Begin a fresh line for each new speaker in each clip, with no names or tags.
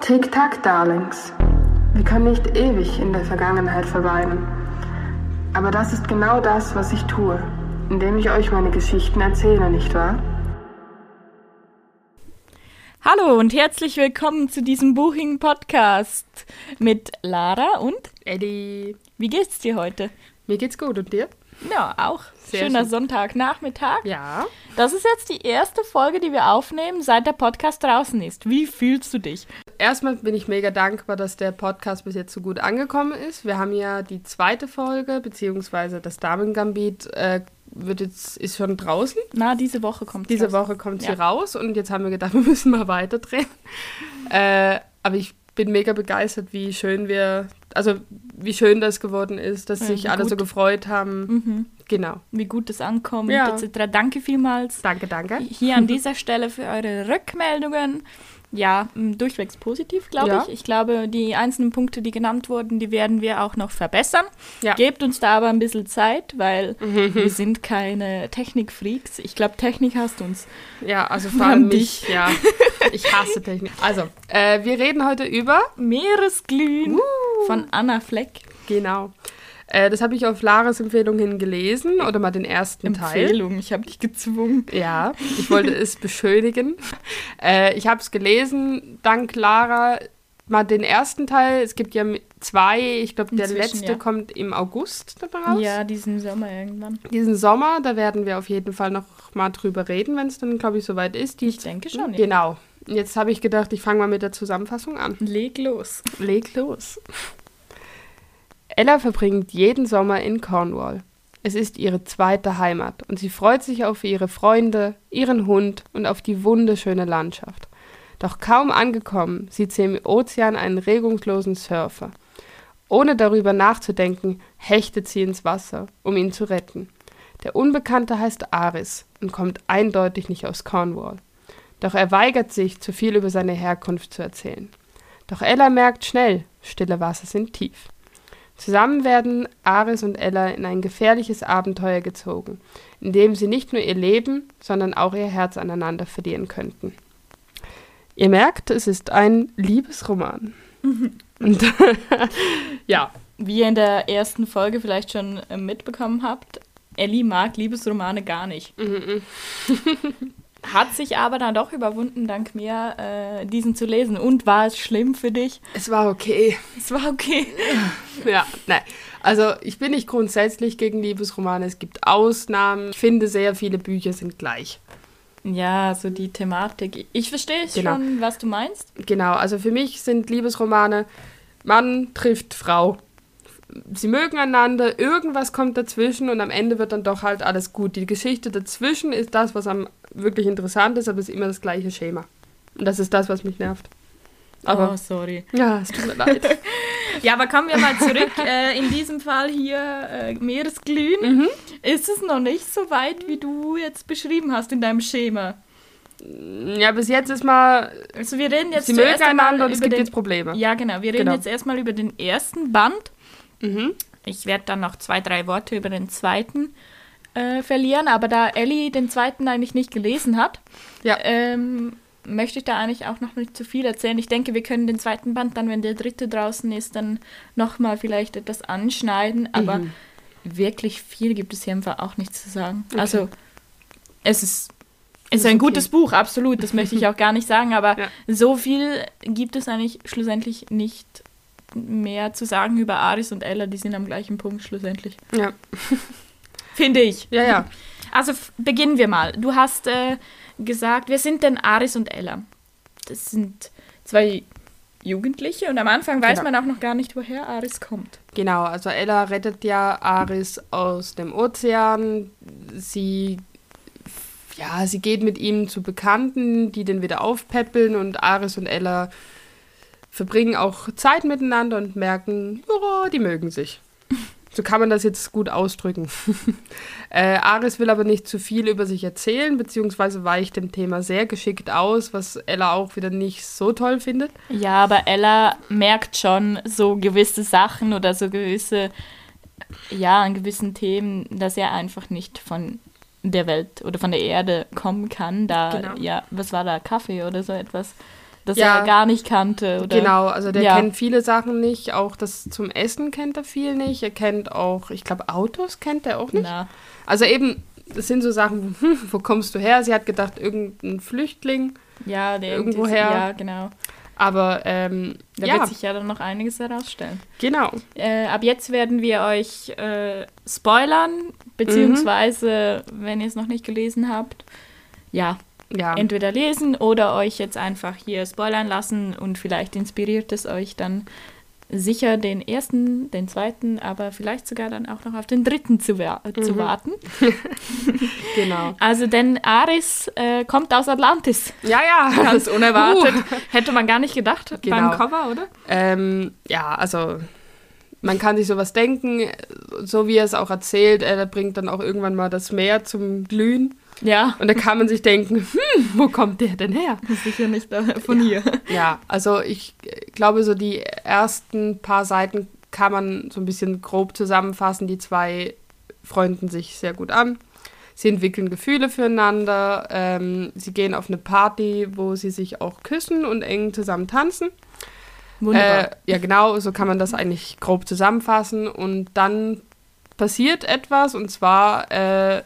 Tick-Tack, Darlings. Wir können nicht ewig in der Vergangenheit verweilen. Aber das ist genau das, was ich tue, indem ich euch meine Geschichten erzähle, nicht wahr?
Hallo und herzlich willkommen zu diesem Buching Podcast mit Lara und
Eddie,
wie geht's dir heute?
mir geht's gut und dir?
Ja, auch.
Sehr
Schöner
schön.
Sonntagnachmittag.
Ja.
Das ist jetzt die erste Folge, die wir aufnehmen, seit der Podcast draußen ist. Wie fühlst du dich?
Erstmal bin ich mega dankbar, dass der Podcast bis jetzt so gut angekommen ist. Wir haben ja die zweite Folge, beziehungsweise das Damengambit äh, wird jetzt, ist schon draußen.
Na, diese Woche kommt
Diese
raus.
Woche kommt sie
Ja.
raus und jetzt haben wir gedacht, wir müssen mal weiterdrehen. Äh, aber ich bin mega begeistert, wie schön wir, also wie schön das geworden ist, dass
Ja,
sich
wie
alle so
gut. Mhm.
gefreut haben. Genau.
Wie gut es ankommt,
Ja.
etc. Danke vielmals
Danke, danke.
hier an dieser Stelle für eure Rückmeldungen. Ja, m, durchwegs positiv, glaube
Ja.
ich. Ich glaube, die einzelnen Punkte, die genannt wurden, die werden wir auch noch verbessern.
Ja.
Gebt uns da aber ein bisschen Zeit, weil wir sind keine Technikfreaks. Ich glaube, Technik hasst uns.
Ja, also vor
Mann,
allem
dich.
mich. Ja, ich hasse Technik. Also, äh, wir reden heute über
Meeresglühen von Anna Fleck.
Genau. Äh, das habe ich auf Laras Empfehlung hin gelesen oder mal den ersten Teil.
Empfehlung, ich habe dich gezwungen.
Ja, ich wollte es beschönigen. Äh, ich habe es gelesen, dank Lara, mal den ersten Teil. Es gibt ja m- zwei, ich glaube, der
Inzwischen,
letzte
ja.
kommt im August dann raus.
Ja, diesen Sommer irgendwann.
Diesen Sommer, da werden wir auf jeden Fall noch mal drüber reden, wenn es dann, glaube ich, soweit ist. Die
Ich denke schon, ja.
Genau. Jetzt habe ich gedacht, ich fange mal mit der Zusammenfassung an.
Leg los.
Leg los. Ella verbringt jeden Sommer in Cornwall. Es ist ihre zweite Heimat und sie freut sich auf ihre Freunde, ihren Hund und auf die wunderschöne Landschaft. Doch kaum angekommen sieht sie im Ozean einen regungslosen Surfer. Ohne darüber nachzudenken, hechtet sie ins Wasser, um ihn zu retten. Der Unbekannte heißt Aris und kommt eindeutig nicht aus Cornwall. Doch er weigert sich, zu viel über seine Herkunft zu erzählen. Doch Ella merkt schnell, stille Wasser sind tief. Zusammen werden Aris und Ella in ein gefährliches Abenteuer gezogen, in dem sie nicht nur ihr Leben, sondern auch ihr Herz aneinander verlieren könnten. Ihr merkt, es ist ein Liebesroman. Und ja,
Wie ihr in der ersten Folge vielleicht schon äh, mitbekommen habt, Ellie mag Liebesromane gar nicht. mhm. Hat sich aber dann doch überwunden, dank mir, äh, diesen zu lesen. Und war es schlimm für dich?
es war okay.
Es war okay.
Ja, nein. Also ich bin nicht grundsätzlich gegen Liebesromane. Es gibt Ausnahmen. Ich finde, sehr viele Bücher sind gleich.
Ja, so die Thematik. Ich verstehe
Genau.
schon, was du meinst.
Genau, also für mich sind Liebesromane Mann trifft Frau. Sie mögen einander, irgendwas kommt dazwischen und am Ende wird dann doch halt alles gut. Die Geschichte dazwischen ist das, was am wirklich interessant ist, aber es ist immer das gleiche Schema. Und das ist das, was mich nervt. Aber
oh, sorry.
ja, es tut mir leid.
Ja, aber kommen wir mal zurück. äh, in diesem Fall hier äh, Meeresglühen. Ist es noch nicht so weit, wie du jetzt beschrieben hast in deinem Schema?
Ja, bis jetzt ist mal,
Also wir reden jetzt
sie
zuerst
mögen
einmal
einander und es
über
gibt
den
jetzt Probleme.
Ja, genau. Wir reden
Genau. Mhm.
jetzt erstmal über den ersten Band. Ich werde dann noch zwei, drei Worte über den zweiten äh, verlieren. Aber da Ellie den zweiten eigentlich nicht gelesen hat,
Ja.
ähm, möchte ich da eigentlich auch noch nicht zu viel erzählen. Ich denke, wir können den zweiten Band dann, wenn der dritte draußen ist, dann nochmal vielleicht etwas anschneiden. Aber
Mhm.
wirklich viel gibt es hier einfach auch nicht zu sagen. Also, es ist. Es ist
Ist
ein
okay.
gutes Buch, absolut. Das möchte ich auch gar nicht sagen, aber
Ja.
so viel gibt es eigentlich schlussendlich nicht mehr zu sagen über Aris und Ella. Die sind am gleichen Punkt schlussendlich.
Ja,
Finde ich.
ja, ja.
Also f- beginnen wir mal. Du hast äh, gesagt, wer sind denn Aris und Ella? Das sind zwei Jugendliche und am Anfang weiß
Genau.
man auch noch gar nicht, woher Aris kommt.
Genau, also Ella rettet ja Aris aus dem Ozean. Sie, ja, sie geht mit ihm zu Bekannten, die den wieder aufpäppeln und Aris und Ella verbringen auch Zeit miteinander und merken, ja, die mögen sich. So kann man das jetzt gut ausdrücken. äh, Aris will aber nicht zu viel über sich erzählen, beziehungsweise weicht dem Thema sehr geschickt aus, was Ella auch wieder nicht so toll findet.
Ja, aber Ella merkt schon so gewisse Sachen oder so gewisse, ja, an gewissen Themen, dass er einfach nicht von der Welt oder von der Erde kommen kann. Da,
Genau.
ja, was war da, Kaffee oder so etwas? das
Ja.
er gar nicht kannte. Oder?
Genau, also der
Ja.
kennt viele Sachen nicht, auch das zum Essen kennt er viel nicht. Er kennt auch, ich glaube, Autos kennt er auch nicht.
Na,
Also eben, das sind so Sachen, hm, wo kommst du her? Sie hat gedacht, irgendein Flüchtling,
ja, der
Irgendwoher.
Ja, genau.
aber ähm,
Da
ja,
wird sich ja dann noch einiges herausstellen.
genau.
Äh, ab jetzt werden wir euch äh, spoilern, beziehungsweise, wenn ihr es noch nicht gelesen habt, ja,
Ja,
entweder lesen oder euch jetzt einfach hier spoilern lassen und vielleicht inspiriert es euch dann sicher den ersten, den zweiten, aber vielleicht sogar dann auch noch auf den dritten zu, wa zu warten.
genau.
Also denn Aris äh, kommt aus Atlantis,
Ja, ja. Uh.
ganz unerwartet. Hätte man gar nicht gedacht
Genau.
beim Cover, oder?
Ähm, ja, also man kann sich sowas denken, so wie er es auch erzählt, er bringt dann auch irgendwann mal das Meer zum Glühen
Ja,
und da kann man sich denken, hm, wo kommt der denn her?
sicher nicht äh, von hier.
Ja, also ich äh, glaube, so die ersten paar Seiten kann man so ein bisschen grob zusammenfassen. Die zwei freunden sich sehr gut an. Sie entwickeln Gefühle füreinander. Ähm, sie gehen auf eine Party, wo sie sich auch küssen und eng zusammen tanzen.
Wunderbar.
Äh, ja, genau, so kann man das eigentlich grob zusammenfassen. Und dann passiert etwas und zwar äh,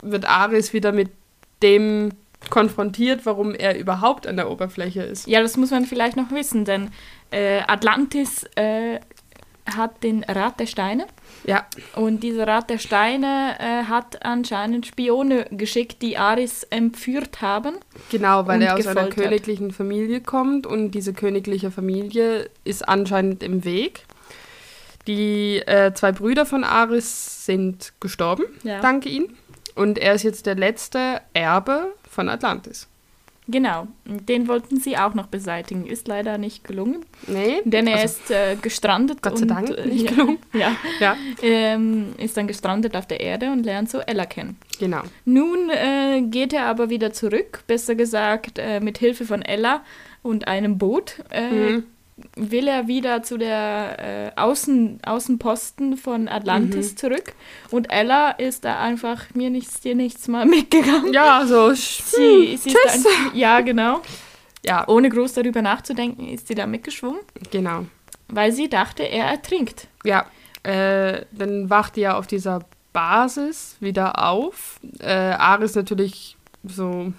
wird Aris wieder mit dem konfrontiert, warum er überhaupt an der Oberfläche ist.
Ja, das muss man vielleicht noch wissen, denn äh, Atlantis äh, hat den Rat der Steine
Ja,
und dieser Rat der Steine äh, hat anscheinend Spione geschickt, die Aris entführt haben.
Genau, weil
und
er aus einer
gefoltert.
königlichen Familie kommt und diese königliche Familie ist anscheinend im Weg. Die äh, zwei Brüder von Aris sind gestorben,
Ja.
danke ihnen. Und er ist jetzt der letzte Erbe von Atlantis.
Genau, den wollten sie auch noch beseitigen. Ist leider nicht gelungen,
Nee,
denn er
also,
ist äh, gestrandet.
Gott sei
und,
Dank
äh,
nicht
ja,
gelungen.
Ja,
Ja,
ähm, ist dann gestrandet auf der Erde und lernt so Ella kennen.
genau.
Nun äh, geht er aber wieder zurück, besser gesagt äh, mit Hilfe von Ella und einem Boot. Äh,
Mhm.
Will er wieder zu der äh, Außen, Außenposten von Atlantis
Mhm.
zurück und Ella ist da einfach mir nichts, dir nichts mal mitgegangen.
Ja, so. sch-
Sie, sie ist ein, ja, genau.
Ja,
Ohne groß darüber nachzudenken, ist sie da mitgeschwungen,
genau.
weil sie dachte, er ertrinkt.
Ja, äh, dann wacht die ja auf dieser Basis wieder auf. Äh, Aris natürlich so, hm,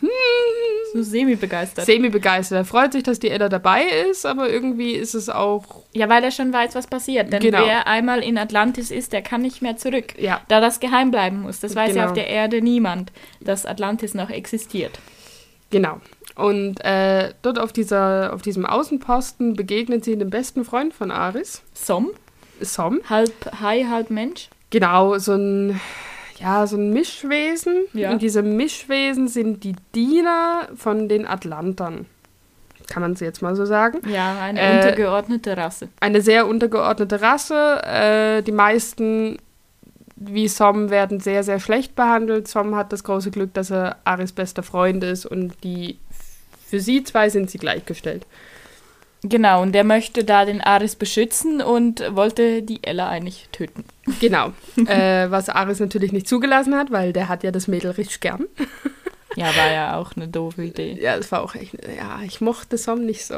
So semi-begeistert.
semi-begeistert. Er freut sich, dass die Ella dabei ist, aber irgendwie ist es auch,
Ja, weil er schon weiß, was passiert. Denn
Genau.
wer einmal in Atlantis ist, der kann nicht mehr zurück.
Ja.
Da das geheim bleiben muss. Das weiß ja
Genau.
auf der Erde niemand, dass Atlantis noch existiert.
genau. Und äh, dort auf, dieser, auf diesem Außenposten begegnet sie dem besten Freund von Aris,
Som,
Som.
halb Hai, halb Mensch.
Genau, so ein, ja, so ein Mischwesen.
Ja.
Und diese Mischwesen sind die Diener von den Atlantern. Kann man es jetzt mal so sagen.
Ja, eine
Äh,
untergeordnete Rasse.
eine sehr untergeordnete Rasse. Äh, die meisten wie Som werden sehr, sehr schlecht behandelt. Som hat das große Glück, dass er Aris bester Freund ist und die für sie zwei sind sie gleichgestellt.
Genau, und der möchte da den Aris beschützen und wollte die Ella eigentlich töten.
Genau. äh, was Aris natürlich nicht zugelassen hat, weil der hat ja das Mädel richtig gern.
Ja, war ja auch eine doofe Idee.
Ja, das war auch echt. Ja, ich mochte Som nicht so.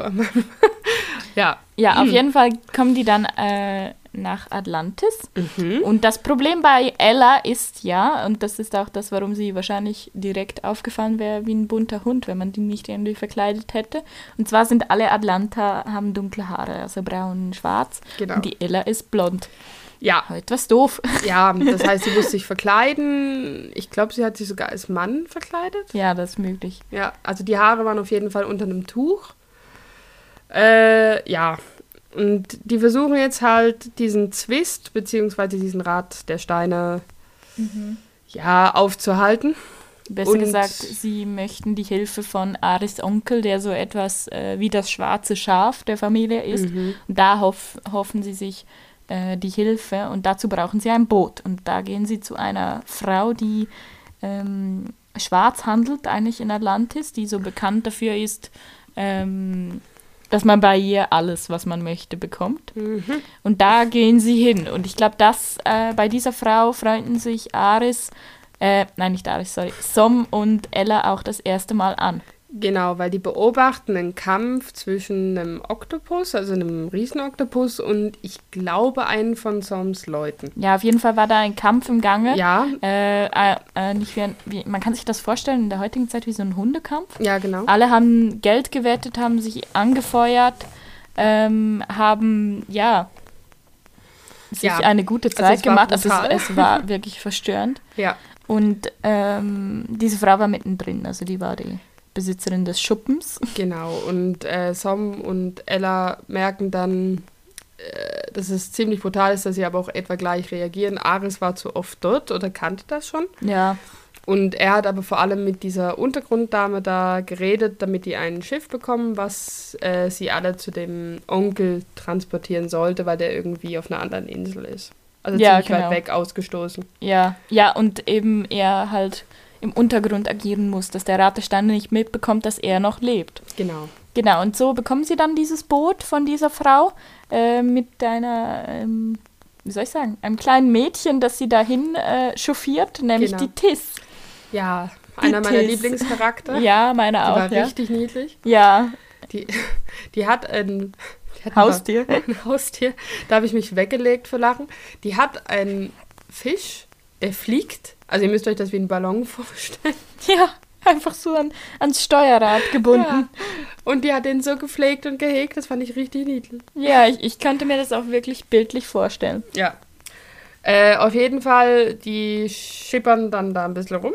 ja.
Ja, auf jeden Fall kommen die dann äh, nach Atlantis. Und das Problem bei Ella ist ja, und das ist auch das, warum sie wahrscheinlich direkt aufgefallen wäre wie ein bunter Hund, wenn man die nicht irgendwie verkleidet hätte. Und zwar sind alle Atlanta haben dunkle Haare, also braun und schwarz.
Genau.
Und die Ella ist blond.
Ja,
Aber etwas doof.
ja, das heißt, sie musste sich verkleiden. Ich glaube, sie hat sich sogar als Mann verkleidet.
ja, das ist möglich.
Ja, also die Haare waren auf jeden Fall unter einem Tuch. Äh, ja. Und die versuchen jetzt halt diesen Zwist, beziehungsweise diesen Rat der Steine, ja, aufzuhalten.
Besser
Und-
gesagt, sie möchten die Hilfe von Aris Onkel, der so etwas äh, wie das schwarze Schaf der Familie ist. Da hoff, hoffen sie sich äh, die Hilfe und dazu brauchen sie ein Boot. Und da gehen sie zu einer Frau, die ähm, schwarz handelt, eigentlich in Atlantis, die so bekannt dafür ist, ähm, dass man bei ihr alles, was man möchte, bekommt. Und da gehen sie hin. Und ich glaube, dass äh, bei dieser Frau freunden sich Aris, äh, nein, nicht Aris, sorry, Som und Ella auch das erste Mal an.
Genau, weil die beobachten einen Kampf zwischen einem Oktopus, also einem Riesenoktopus und ich glaube einen von Soms Leuten.
Ja, auf jeden Fall war da ein Kampf im Gange.
Ja.
Äh, äh, äh, nicht wie ein, wie, man kann sich das vorstellen in der heutigen Zeit wie so ein Hundekampf.
Ja, genau.
Alle haben Geld gewettet, haben sich angefeuert, ähm, haben, ja, sich
Ja.
eine gute
Also
Zeit
es war
gemacht. Also es,
brutal.
es war wirklich verstörend.
Ja.
Und ähm, diese Frau war mittendrin, also die war die Besitzerin des Schuppens.
Genau, und äh, Som und Ella merken dann, äh, dass es ziemlich brutal ist, dass sie aber auch etwa gleich reagieren. Ares war zu oft dort oder kannte das schon.
Ja,
Und er hat aber vor allem mit dieser Untergrunddame da geredet, damit die ein Schiff bekommen, was äh, sie alle zu dem Onkel transportieren sollte, weil der irgendwie auf einer anderen Insel ist. Also
Ja,
ziemlich
genau.
weit weg ausgestoßen.
ja, ja, und eben er halt im Untergrund agieren muss, dass der Ratestand nicht mitbekommt, dass er noch lebt.
Genau.
Genau, und so bekommen sie dann dieses Boot von dieser Frau äh, mit einer, ähm, wie soll ich sagen, einem kleinen Mädchen, das sie dahin äh, chauffiert, nämlich
Genau.
die Tiss.
Ja, einer meiner
Tiss.
Lieblingscharakter.
Ja,
Die
meine auch,
war
ja.
richtig niedlich.
Ja,
Die, die hat ein die hat ein
Haustier.
ein Haustier. Da habe ich mich weggelegt für Lachen. Die hat einen Fisch, der fliegt. Also ihr müsst euch das wie einen Ballon vorstellen.
Ja, einfach so an, ans Steuerrad gebunden.
Und die hat den so gepflegt und gehegt. Das fand ich richtig niedlich.
Ja, ich, ich könnte mir das auch wirklich bildlich vorstellen.
Ja. Äh, auf jeden Fall, die schippern dann da ein bisschen rum.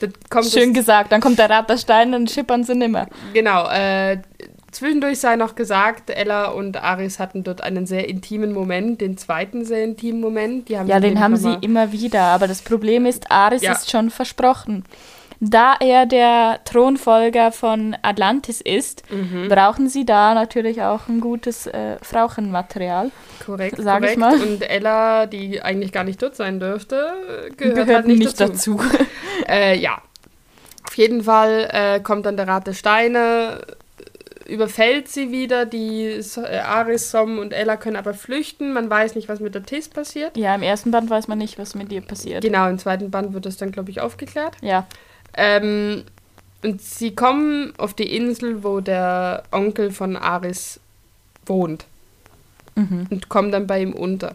Dann kommt
Schön
das,
gesagt, dann kommt der Rat der Steine und schippern sie nimmer.
Genau. Äh, zwischendurch sei noch gesagt, Ella und Aris hatten dort einen sehr intimen Moment, den zweiten sehr intimen Moment. Die haben
Ja,
sich
den
nämlich
haben
noch
sie
mal-
immer wieder, aber das Problem ist, Ares
Ja.
ist schon versprochen. Da er der Thronfolger von Atlantis ist,
Mhm.
brauchen sie da natürlich auch ein gutes äh, Frauchenmaterial.
Korrekt,
Sag ich
korrekt.
mal.
Und Ella, die eigentlich gar nicht dort sein dürfte, gehört,
Gehört
halt nicht, dazu.
dazu.
Äh, ja. Auf jeden Fall äh, kommt dann der Rat der Steine, äh, überfällt sie wieder. Die so äh, Aris, Som und Ella können aber flüchten. Man weiß nicht, was mit der Tis passiert.
ja, im ersten Band weiß man nicht, was mit ihr passiert.
Genau, im zweiten Band wird das dann, glaube ich, aufgeklärt.
Ja,
Ähm, und sie kommen auf die Insel, wo der Onkel von Aris wohnt.
Mhm.
Und kommen dann bei ihm unter.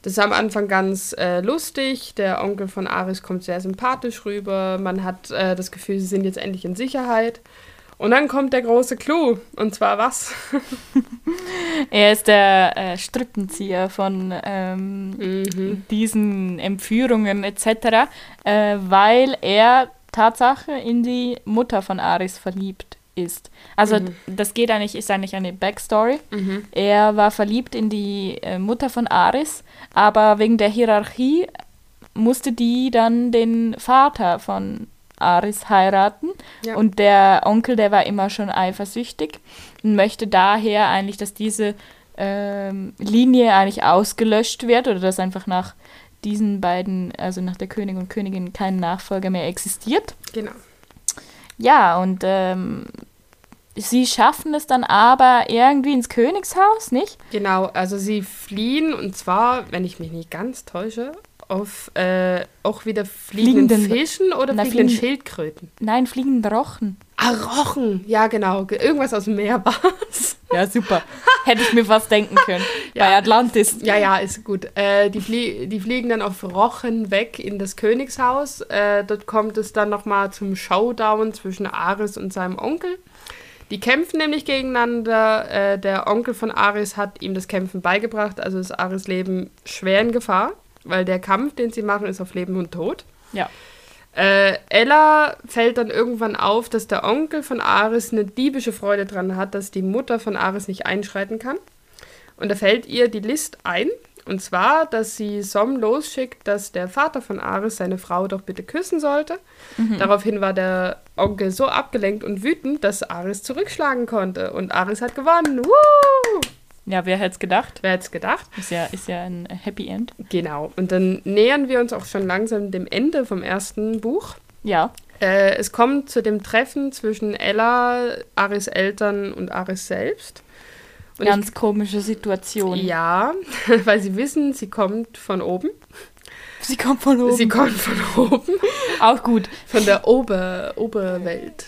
Das ist am Anfang ganz äh, lustig. Der Onkel von Aris kommt sehr sympathisch rüber. Man hat äh, das Gefühl, sie sind jetzt endlich in Sicherheit. Und dann kommt der große Clou. Und zwar was?
er ist der äh, Strippenzieher von ähm, diesen Entführungen etc., äh, weil er Tatsache in die Mutter von Aris verliebt ist. Also das geht eigentlich, ist eigentlich eine Backstory. Er war verliebt in die äh, Mutter von Aris, aber wegen der Hierarchie musste die dann den Vater von Aris heiraten
Ja.
und der Onkel, der war immer schon eifersüchtig und möchte daher eigentlich, dass diese ähm, Linie eigentlich ausgelöscht wird oder dass einfach nach diesen beiden, also nach der König und Königin, kein Nachfolger mehr existiert.
Genau.
Ja, und ähm, sie schaffen es dann aber irgendwie ins Königshaus, nicht?
Genau, also sie fliehen und zwar, wenn ich mich nicht ganz täusche, auf äh, auch wieder fliegenden,
Fliegenden-
Fischen oder
Na,
fliegenden
fliegen-
Schildkröten.
Nein, fliegende Rochen.
Ah, Rochen. Ja, genau. Ge- Irgendwas aus dem Meer war.
Ja, super. Hätte ich mir fast denken können.
Ja.
Bei Atlantis.
Ja, ja, ist gut. Äh, die, flie die fliegen dann auf Rochen weg in das Königshaus. Äh, dort kommt es dann nochmal zum Showdown zwischen Ares und seinem Onkel. Die kämpfen nämlich gegeneinander. Äh, der Onkel von Ares hat ihm das Kämpfen beigebracht. Also ist Ares Leben schwer in Gefahr, weil der Kampf, den sie machen, ist auf Leben und Tod.
Ja.
Äh, Ella fällt dann irgendwann auf, dass der Onkel von Ares eine diebische Freude dran hat, dass die Mutter von Ares nicht einschreiten kann. Und da fällt ihr die List ein. Und zwar, dass sie Som losschickt, dass der Vater von Ares seine Frau doch bitte küssen sollte. Daraufhin war der Onkel so abgelenkt und wütend, dass Ares zurückschlagen konnte. Und Ares hat gewonnen. Woo!
Ja, wer hätte es gedacht?
Wer hätte es gedacht?
Ist ja, ist ja ein Happy End.
Genau. Und dann nähern wir uns auch schon langsam dem Ende vom ersten Buch.
Ja.
Äh, es kommt zu dem Treffen zwischen Ella, Aris Eltern und Aris selbst. Und ich-
Ganz komische Situation.
ja, weil sie wissen, sie kommt von oben.
Sie kommt von oben.
Sie kommt von oben,
auch gut.
von der Ober Oberwelt.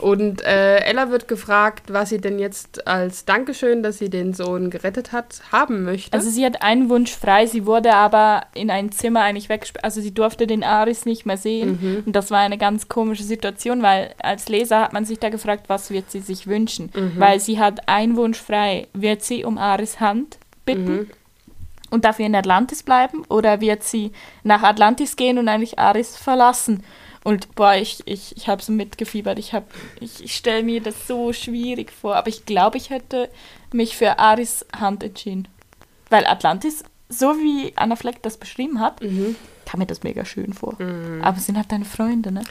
Und äh, Ella wird gefragt, was sie denn jetzt als Dankeschön, dass sie den Sohn gerettet hat, haben möchte.
Also sie hat einen Wunsch frei, sie wurde aber in ein Zimmer eigentlich weggesperrt. Also sie durfte den Aris nicht mehr sehen. Und das war eine ganz komische Situation, weil als Leser hat man sich da gefragt, was wird sie sich wünschen? Weil sie hat einen Wunsch frei. Wird sie um Aris Hand bitten? Und dafür in Atlantis bleiben? Oder wird sie nach Atlantis gehen und eigentlich Aris verlassen? Und boah, ich, ich, ich habe so mitgefiebert. Ich, hab, ich, ich stelle mir das so schwierig vor. Aber ich glaube, ich hätte mich für Aris Hand entschieden. Weil Atlantis, so wie Anna Fleck das beschrieben hat, kam mir das mega schön vor. Aber sind halt deine Freunde, ne?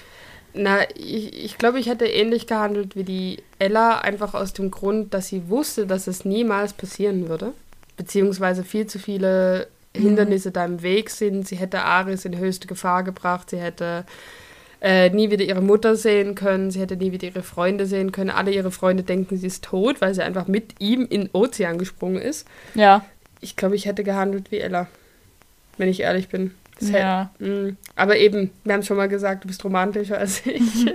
Na, ich, ich glaube, ich hätte ähnlich gehandelt wie die Ella, einfach aus dem Grund, dass sie wusste, dass es niemals passieren würde. Beziehungsweise viel zu viele Hindernisse da im Weg sind. Sie hätte Aris in höchste Gefahr gebracht. Sie hätte äh, nie wieder ihre Mutter sehen können. Sie hätte nie wieder ihre Freunde sehen können. Alle ihre Freunde denken, sie ist tot, weil sie einfach mit ihm in den Ozean gesprungen ist.
Ja.
Ich glaube, ich hätte gehandelt wie Ella, wenn ich ehrlich bin. Das hätte-
ja.
Mm, Aber eben, wir haben schon mal gesagt, du bist romantischer als ich.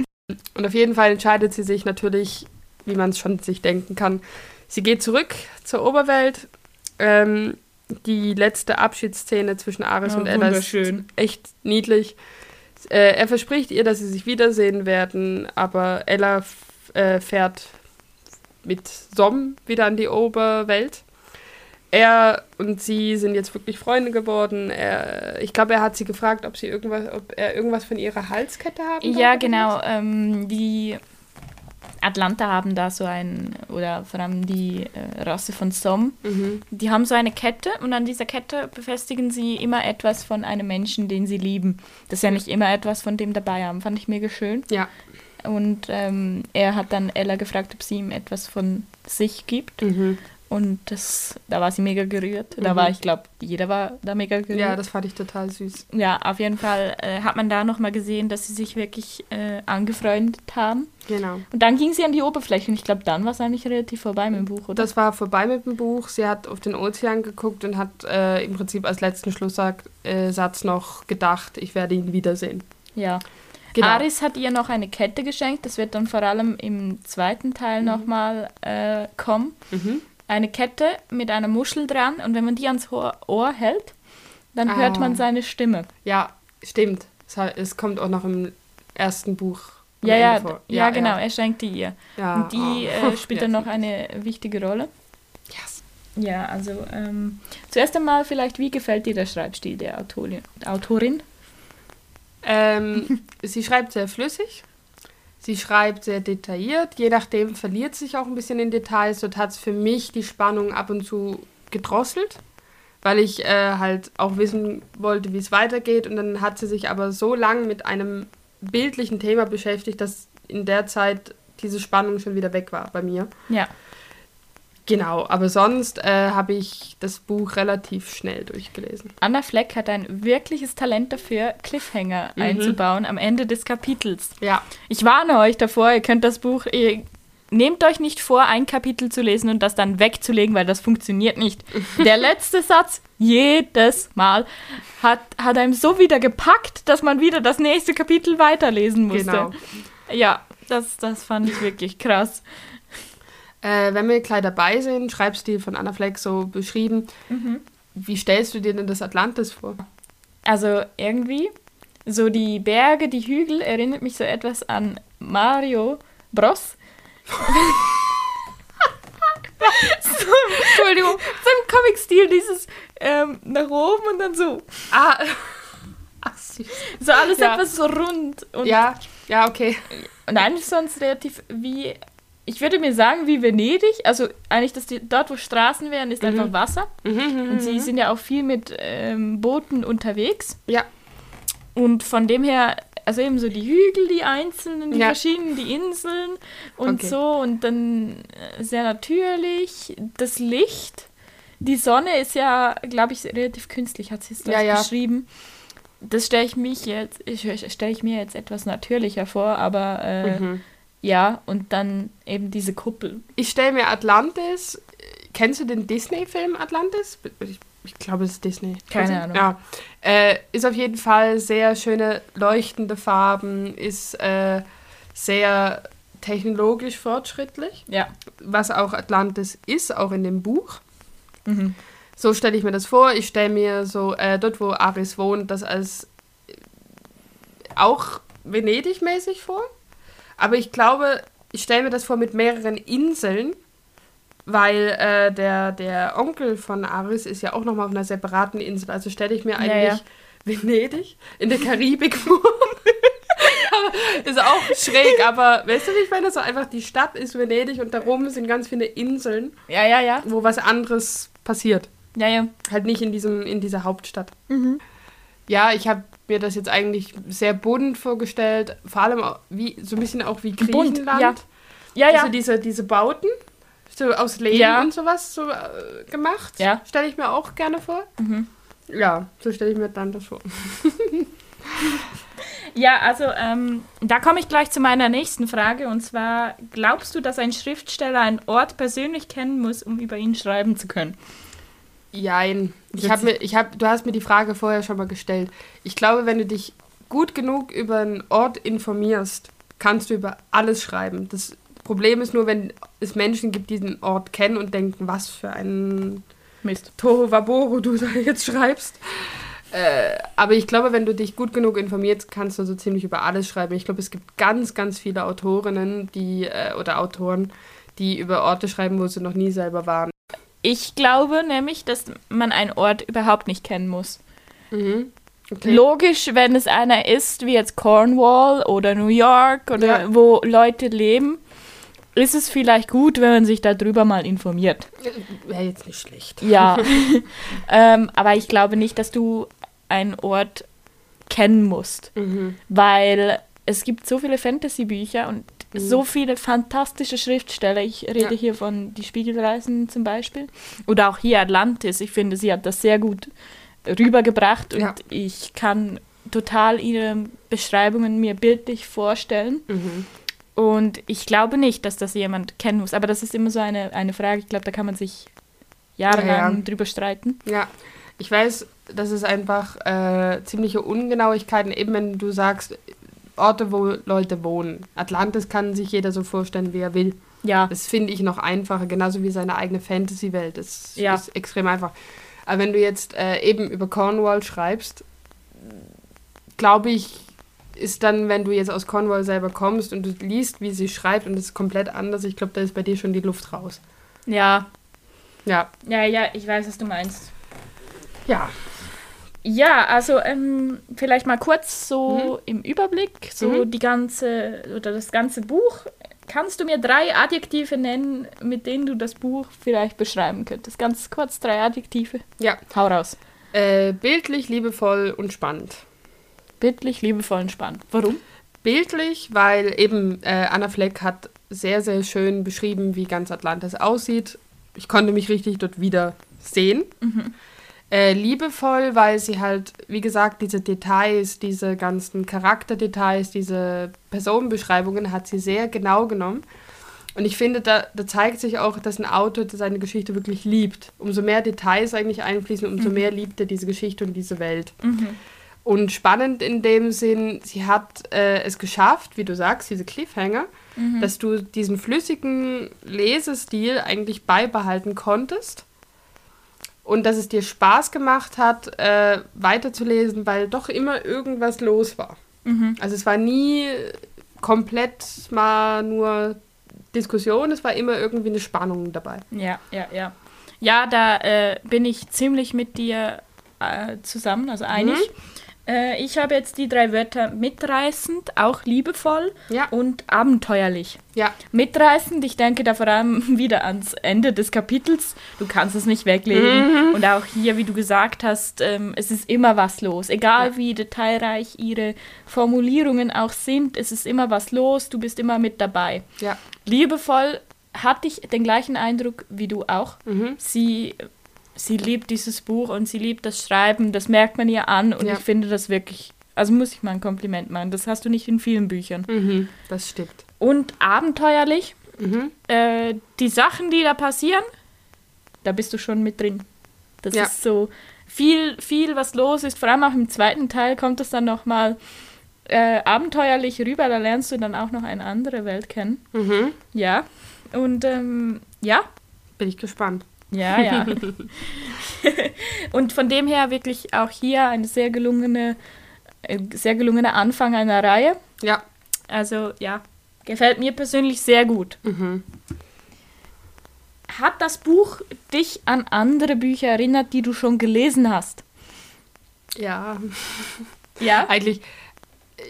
Und auf jeden Fall entscheidet sie sich natürlich, wie man es schon sich denken kann. Sie geht zurück zur Oberwelt. Ähm, die letzte Abschiedsszene zwischen Aris
Ja,
und Ella ist
wunderschön.
echt niedlich. Äh, er verspricht ihr, dass sie sich wiedersehen werden, aber Ella f- äh, fährt mit Som wieder an die Oberwelt. Er und sie sind jetzt wirklich Freunde geworden. Er, ich glaube, er hat sie gefragt, ob, sie irgendwas, ob er irgendwas von ihrer Halskette haben darf
Ja,
oder
genau. Ähm, die Atlanta haben da so einen, oder vor allem die äh, Rasse von Som,
was? Mhm.
die haben so eine Kette und an dieser Kette befestigen sie immer etwas von einem Menschen, den sie lieben. Dass sie ja nicht immer etwas von dem dabei haben. Fand ich mega schön.
Ja.
Und ähm, er hat dann Ella gefragt, ob sie ihm etwas von sich gibt.
Mhm.
Und das, da war sie mega gerührt. Da
Mhm.
war, ich glaube, jeder war da mega gerührt.
ja, das fand ich total süß.
Ja, auf jeden Fall äh, hat man da nochmal gesehen, dass sie sich wirklich äh, angefreundet haben.
Genau.
Und dann ging sie an die Oberfläche und ich glaube, dann war es eigentlich relativ vorbei mit dem Buch, oder?
Das war vorbei mit dem Buch. Sie hat auf den Ozean geguckt und hat äh, im Prinzip als letzten Schlusssatz äh, Satz noch gedacht, ich werde ihn wiedersehen. Genau.
ja. Aris hat ihr noch eine Kette geschenkt, das wird dann vor allem im zweiten Teil nochmal äh, kommen.
Mhm.
Eine Kette mit einer Muschel dran und wenn man die ans Ho- Ohr hält, dann
Ah.
hört man seine Stimme.
Ja, stimmt. Es, ha- es kommt auch noch im ersten Buch. am
Ja,
Ende
ja, d-
vor.
ja, genau, er schenkt die ihr.
Ja.
Und die
oh.
äh, spielt
Ja.
dann noch eine wichtige Rolle.
Yes.
Ja, also ähm, zuerst einmal vielleicht, wie gefällt dir der Schreibstil der Autorin? Autorin?
Ähm, sie schreibt sehr flüssig. Sie schreibt sehr detailliert. Je nachdem verliert sich auch ein bisschen in Details. Dort hat es für mich die Spannung ab und zu gedrosselt, weil ich äh, halt auch wissen wollte, wie es weitergeht. Und dann hat sie sich aber so lang mit einem bildlichen Thema beschäftigt, dass in der Zeit diese Spannung schon wieder weg war bei mir.
Ja.
Genau, aber sonst äh, habe ich das Buch relativ schnell durchgelesen.
Anna Fleck hat ein wirkliches Talent dafür, Cliffhanger einzubauen am Ende des Kapitels.
Ja,
Ich warne euch davor, ihr könnt das Buch, ihr nehmt euch nicht vor, ein Kapitel zu lesen und das dann wegzulegen, weil das funktioniert nicht. Der letzte Satz, jedes Mal, hat, hat einem so wieder gepackt, dass man wieder das nächste Kapitel weiterlesen musste.
genau.
Ja, das, das fand ich wirklich krass.
Äh, wenn wir gleich dabei sind, Schreibstil von Anna Fleck so beschrieben.
Mhm.
Wie stellst du dir denn das Atlantis vor?
Also irgendwie, so die Berge, die Hügel, erinnert mich so etwas an Mario Bros. Entschuldigung, so im Comic-Stil dieses ähm, nach oben und dann so.
Ah, ach süß.
So alles
Ja.
etwas so rund. Und,
Ja, ja, okay.
und eigentlich sonst relativ wie, ich würde mir sagen, wie Venedig. Also eigentlich, dass die, dort, wo Straßen wären,
Mhm.
ist einfach Wasser. Und sie sind ja auch viel mit ähm, Booten unterwegs.
Ja,
Und von dem her, also eben so die Hügel, die einzelnen, die
Ja.
verschiedenen, die Inseln und
Okay.
so. Und dann äh, sehr natürlich das Licht. Die Sonne ist ja, glaube ich, relativ künstlich, hat sie es
Ja,
ja,
ja.
beschrieben. Das stelle ich mich jetzt, ich, stelle ich mir jetzt etwas natürlicher vor, aber äh,
Mhm.
ja, und dann eben diese Kuppel.
ich stelle mir Atlantis. Kennst du den Disney-Film Atlantis? Ich, Ich glaube, es ist Disney.
Keine
Weiß ich?
Ahnung.
Ja. Äh, ist auf jeden Fall sehr schöne leuchtende Farben, ist äh, sehr technologisch fortschrittlich,
Ja.
was auch Atlantis ist, auch in dem Buch.
Mhm.
So stelle ich mir das vor. Ich stelle mir so äh, dort, wo Aris wohnt, das als äh, auch Venedig-mäßig vor. Aber ich glaube, ich stelle mir das vor mit mehreren Inseln, weil äh, der, der Onkel von Aris ist ja auch nochmal auf einer separaten Insel. Also stelle ich mir
Ja,
eigentlich Venedig in der Karibik vor. Aber ist auch schräg, aber weißt du, wie ich meine? So einfach die Stadt ist Venedig und darum sind ganz viele Inseln,
Ja, ja, ja.
wo was anderes passiert.
Ja, ja.
Halt nicht in, diesem, in dieser Hauptstadt.
Mhm.
Ja, ich habe mir das jetzt eigentlich sehr bunt vorgestellt, vor allem auch wie, so ein bisschen auch wie
Bunt,
Griechenland.
ja. Ja, ja.
Also diese, diese Bauten, so aus Lehm
Ja.
und sowas so äh, gemacht.
Ja. Mhm.
Stelle ich mir auch gerne vor. Ja, so stelle ich mir dann das vor.
Ja, also ähm, da komme ich gleich zu meiner nächsten Frage. Und zwar, glaubst du, dass ein Schriftsteller einen Ort persönlich kennen muss, um über ihn schreiben zu können?
Jein. Ich hab mir, ich hab, du hast mir die Frage vorher schon mal gestellt. Ich glaube, wenn du dich gut genug über einen Ort informierst, kannst du über alles schreiben. Das Problem ist nur, wenn es Menschen gibt, die den Ort kennen und denken, was für ein
Mist.
Toro Vaboro du da jetzt schreibst. Äh, aber ich glaube, wenn du dich gut genug informierst, kannst du so ziemlich über alles schreiben. Ich glaube, es gibt ganz, ganz viele Autorinnen, die äh, oder Autoren, die über Orte schreiben, wo sie noch nie selber waren.
Ich glaube nämlich, dass man einen Ort überhaupt nicht kennen muss.
Okay.
Logisch, wenn es einer ist, wie jetzt Cornwall oder New York oder
Ja.
wo Leute leben, ist es vielleicht gut, wenn man sich darüber mal informiert.
Wäre jetzt nicht schlecht.
Ja. ähm, aber ich glaube nicht, dass du einen Ort kennen musst,
Mhm.
weil es gibt so viele Fantasy-Bücher und so viele fantastische Schriftsteller. Ich rede
Mhm. Ja.
hier von Die Spiegelreisen zum Beispiel oder auch hier Atlantis. Ich finde, sie hat das sehr gut rübergebracht und
Ja.
ich kann total ihre Beschreibungen mir bildlich vorstellen. Und ich glaube nicht, dass das jemand kennen muss. Aber das ist immer so eine, eine Frage. Ich glaube, da kann man sich jahrelang
Ja, ja.
drüber streiten.
Ja, ich weiß, dass es einfach äh, ziemliche Ungenauigkeiten, eben wenn du sagst, Orte, wo Leute wohnen. Atlantis kann sich jeder so vorstellen, wie er will.
Ja.
Das finde ich noch einfacher, genauso wie seine eigene Fantasy-Welt. Das
Ja.
ist extrem einfach. Aber wenn du jetzt äh, eben über Cornwall schreibst, glaube ich, ist dann, wenn du jetzt aus Cornwall selber kommst und du liest, wie sie schreibt und es ist komplett anders, ich glaube, da ist bei dir schon die Luft raus.
Ja.
Ja,
Ja, ja, ich weiß, was du meinst.
ja.
Ja, also ähm, vielleicht mal kurz so im Überblick, so
Mhm.
die ganze oder das ganze Buch. Kannst du mir drei Adjektive nennen, mit denen du das Buch vielleicht beschreiben könntest? Ganz kurz drei Adjektive.
Ja,
Hau raus.
Äh, bildlich, liebevoll und spannend.
Bittlich, liebevoll und spannend. Warum?
Bildlich, weil eben äh, Anna Fleck hat sehr, sehr schön beschrieben, wie ganz Atlantis aussieht. Ich konnte mich richtig dort wieder sehen. Äh, liebevoll, weil sie halt, wie gesagt, diese Details, diese ganzen Charakterdetails, diese Personenbeschreibungen hat sie sehr genau genommen. Und ich finde, da, da zeigt sich auch, dass ein Autor seine Geschichte wirklich liebt. Umso mehr Details eigentlich einfließen, umso mehr liebt er diese Geschichte und diese Welt. Und spannend in dem Sinn, sie hat äh, es geschafft, wie du sagst, diese Cliffhanger, dass du diesen flüssigen Lesestil eigentlich beibehalten konntest. Und dass es dir Spaß gemacht hat, äh, weiterzulesen, weil doch immer irgendwas los war. Also es war nie komplett mal nur Diskussion, es war immer irgendwie eine Spannung dabei.
Ja, ja, ja. Ja, da äh, bin ich ziemlich mit dir äh, zusammen, also einig. Äh, ich habe jetzt die drei Wörter mitreißend, auch liebevoll
Ja.
und abenteuerlich.
Ja,
Mitreißend, ich denke da vor allem wieder ans Ende des Kapitels. Du kannst es nicht weglegen. Und auch hier, wie du gesagt hast, ähm, es ist immer was los. Egal wie detailreich ihre Formulierungen auch sind, es ist immer was los. Du bist immer mit dabei
ja,
liebevoll hatte ich den gleichen Eindruck wie du auch.
Mhm.
Sie, sie liebt dieses Buch und sie liebt das Schreiben, das merkt man ihr an und
Ja.
ich finde das wirklich, also muss ich mal ein Kompliment machen, das hast du nicht in vielen Büchern.
Mhm. das stimmt.
Und abenteuerlich,
Mhm.
äh, die Sachen, die da passieren, da bist du schon mit drin. Das
Ja.
ist so viel, viel, was los ist. Vor allem auch im zweiten Teil kommt es dann nochmal äh, abenteuerlich rüber. Da lernst du dann auch noch eine andere Welt kennen.
Mhm.
Ja. Und ähm, ja,
Bin ich gespannt.
ja, ja. Und von dem her wirklich auch hier eine sehr gelungene, äh, sehr gelungener Anfang einer Reihe.
Ja.
Also ja, gefällt mir persönlich sehr gut.
Mhm.
Hat das Buch dich an andere Bücher erinnert, die du schon gelesen hast?
Ja.
Ja.
Eigentlich äh,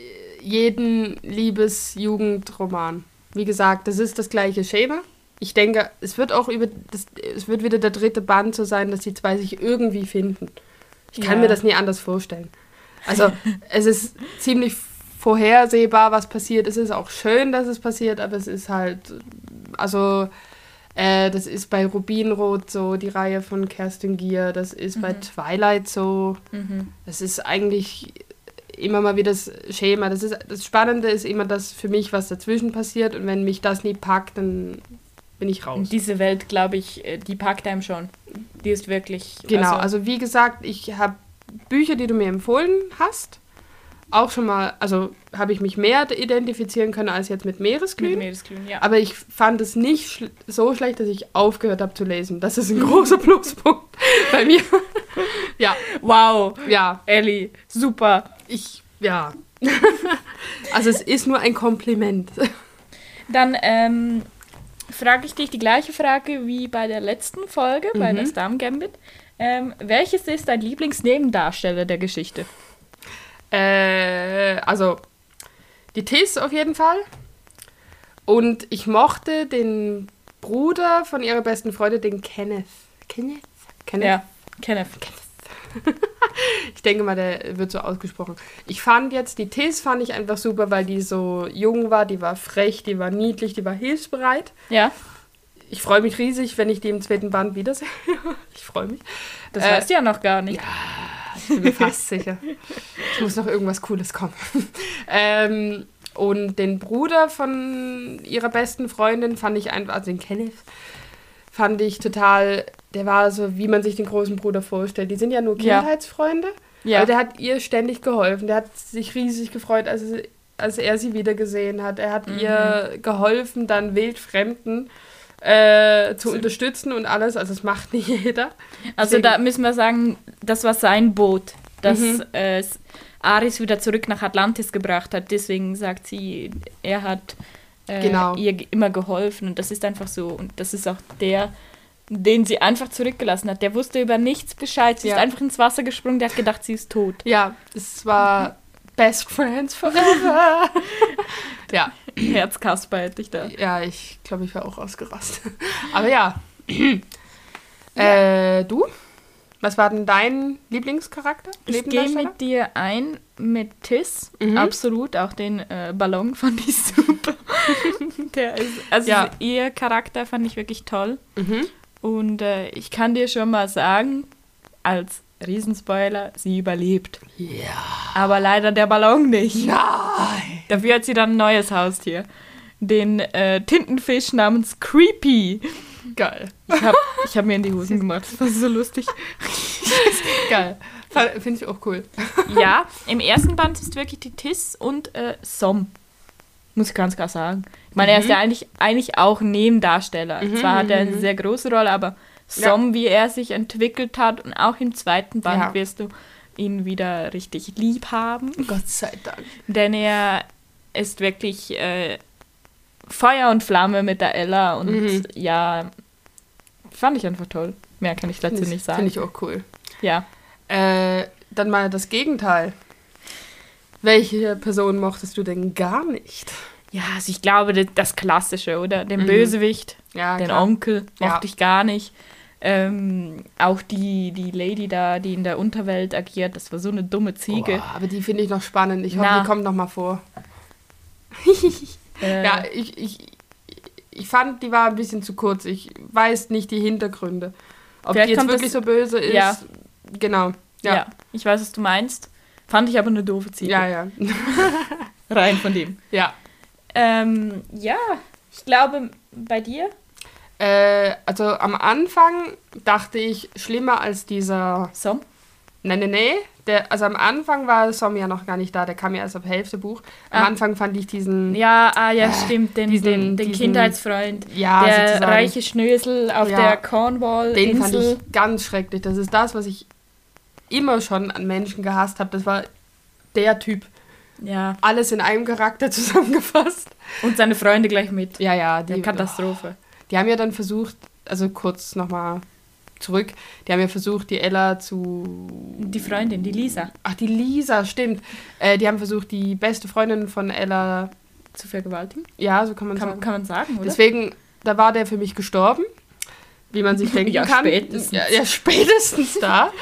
jeden Liebes-Jugendroman. Wie gesagt, das ist das gleiche Schema. Ich denke, es wird auch über das, es wird wieder der dritte Band so sein, dass die zwei sich irgendwie finden. Ich kann
Ja.
mir das nie anders vorstellen. Also es ist ziemlich vorhersehbar, was passiert. Es ist auch schön, dass es passiert, aber es ist halt, also äh, das ist bei Rubinrot so die Reihe von Kerstin Gier, das ist bei Twilight so,
Mhm.
das ist eigentlich immer mal wieder das Schema. Das, ist, das Spannende ist immer das für mich, was dazwischen passiert. Und wenn mich das nie packt, dann bin ich raus.
Und diese Welt, glaube ich, äh, die packt einem schon. Die ist wirklich.
Genau, also, wie gesagt, ich habe Bücher, die du mir empfohlen hast. Auch schon mal, also habe ich mich mehr identifizieren können als jetzt mit Meeresglühen.
mit Meeresglühen, ja.
Aber ich fand es nicht schl so schlecht, dass ich aufgehört habe zu lesen. Das ist ein großer Pluspunkt bei mir. ja,
Wow,
ja,
Ellie, super.
ich, ja. also es ist nur ein Kompliment.
Dann ähm, frage ich dich die gleiche Frage wie bei der letzten Folge, bei das Damen-Gambit. Ähm, welches ist dein Lieblingsnebendarsteller der Geschichte?
Äh, also die Tis auf jeden Fall. Und ich mochte den Bruder von ihrer besten Freundin, den Kenneth. Kenneth? Kenneth?
Ja, Kenneth.
Ich denke mal, der wird so ausgesprochen. Ich fand jetzt, die Tis fand ich einfach super, weil die so jung war, die war frech, die war niedlich, die war hilfsbereit.
Ja,
Ich freue mich riesig, wenn ich die im zweiten Band wiedersehe. ich freue mich.
das
Äh,
weißt du ja noch gar nicht.
Ich bin mir fast sicher. Es muss noch irgendwas Cooles kommen. ähm, und den Bruder von ihrer besten Freundin fand ich einfach, also den Kenneth, fand ich total, der war so, wie man sich den großen Bruder vorstellt. Die sind ja nur
Ja.
Kindheitsfreunde.
Ja.
Aber der hat ihr ständig geholfen. Der hat sich riesig gefreut, als, es- als er sie wiedergesehen hat. Er hat
Mhm.
ihr geholfen, dann wildfremden äh, zu unterstützen und alles. Also das macht nicht jeder.
Also
Deswegen-
da müssen wir sagen, das war sein Boot, das
Mhm.
äh, es Aris wieder zurück nach Atlantis gebracht hat. Deswegen sagt sie, er hat äh,
Genau.
ihr ge- immer geholfen und das ist einfach so. Und das ist auch der, den sie einfach zurückgelassen hat. Der wusste über nichts Bescheid. Sie
Ja.
ist einfach ins Wasser gesprungen, der hat gedacht, sie ist tot.
Ja, es war Best Friends Forever. ja,
Herzkasper hätte ich da.
ja, ich glaube, ich war auch ausgerastet. Aber ja. äh, du? Was war denn dein Lieblingscharakter?
Ich gehe
Nebendarsteller?
mit dir ein mit Tiss,
Mhm.
absolut. Auch den äh, Ballon fand ich super. Der ist, also
Ja.
ihr Charakter fand ich wirklich toll.
Mhm.
Und äh, ich kann dir schon mal sagen, als Riesenspoiler, sie überlebt.
Ja.
Aber leider der Ballon nicht.
Nein.
Dafür hat sie dann ein neues Haustier. Den äh, Tintenfisch namens Creepy.
Geil.
Ich habe ich hab mir in die Hosen gemacht. Das war so lustig.
Geil. Finde ich auch cool.
ja, im ersten Band ist wirklich die Tiss und äh, Som. Muss ich ganz klar sagen. Ich meine, er ist ja eigentlich, eigentlich auch Nebendarsteller. Zwar hat er eine sehr große Rolle, aber Som, wie er sich entwickelt hat und auch im zweiten Band
Ja.
wirst du ihn wieder richtig lieb haben.
Gott sei Dank.
Denn er ist wirklich äh, Feuer und Flamme mit der Ella und
Mhm.
ja, fand ich einfach toll. Mehr kann ich dazu nicht sagen.
Finde ich auch cool.
Ja.
Äh, dann mal das Gegenteil. Welche Person mochtest du denn gar nicht?
Ja, also ich glaube, das, das Klassische, oder? Den Bösewicht,
Ja,
den
Ah, klar.
Onkel,
Ja.
mochte ich gar nicht. Ähm, auch die, die Lady da, die in der Unterwelt agiert, das war so eine dumme Ziege.
Boah, aber die finde ich noch spannend. Ich hoffe,
Na.
die kommt noch mal vor.
Äh,
Ja, ich, ich, ich fand, die war ein bisschen zu kurz. Ich weiß nicht die Hintergründe. Ob
Vielleicht
die jetzt
kommt
wirklich
das-
so böse ist.
Ja.
Genau.
ja.
Ja.
ich weiß, was du meinst. Fand ich aber eine doofe Ziege.
Ja, ja. Ja.
Rein von dem. Ähm, ja, ich glaube, bei dir
Äh, also am Anfang dachte ich, schlimmer als dieser.
So,
Nein, nein, nein. Der, also am Anfang war Som ja noch gar nicht da, der kam ja erst ab Hälfte Buch. Am
Ah.
Anfang fand ich diesen.
ja, ah, ja, stimmt, den,
diesen-
den, den
diesen-
Kindheitsfreund,
Ja,
der
sozusagen.
reiche Schnösel auf
Ja.
der Cornwall
Den fand
Insel.
ich ganz schrecklich. Das ist das, was ich immer schon an Menschen gehasst habe. Das war der Typ.
Ja,
Alles in einem Charakter zusammengefasst.
und seine Freunde gleich mit.
Ja, ja,
Der
die,
Katastrophe.
die haben ja dann versucht, also kurz nochmal zurück, die haben ja versucht, die Ella zu.
Die Freundin, die Lisa,
Ach, die Lisa, stimmt. Äh, die haben versucht, die beste Freundin von Ella,
zu vergewaltigen.
ja, so kann man
Kann,
sagen.
kann man sagen, oder?
Deswegen, da war der für mich gestorben, wie man sich denken
Ja,
kann.
spätestens.
Ja, ja, spätestens da.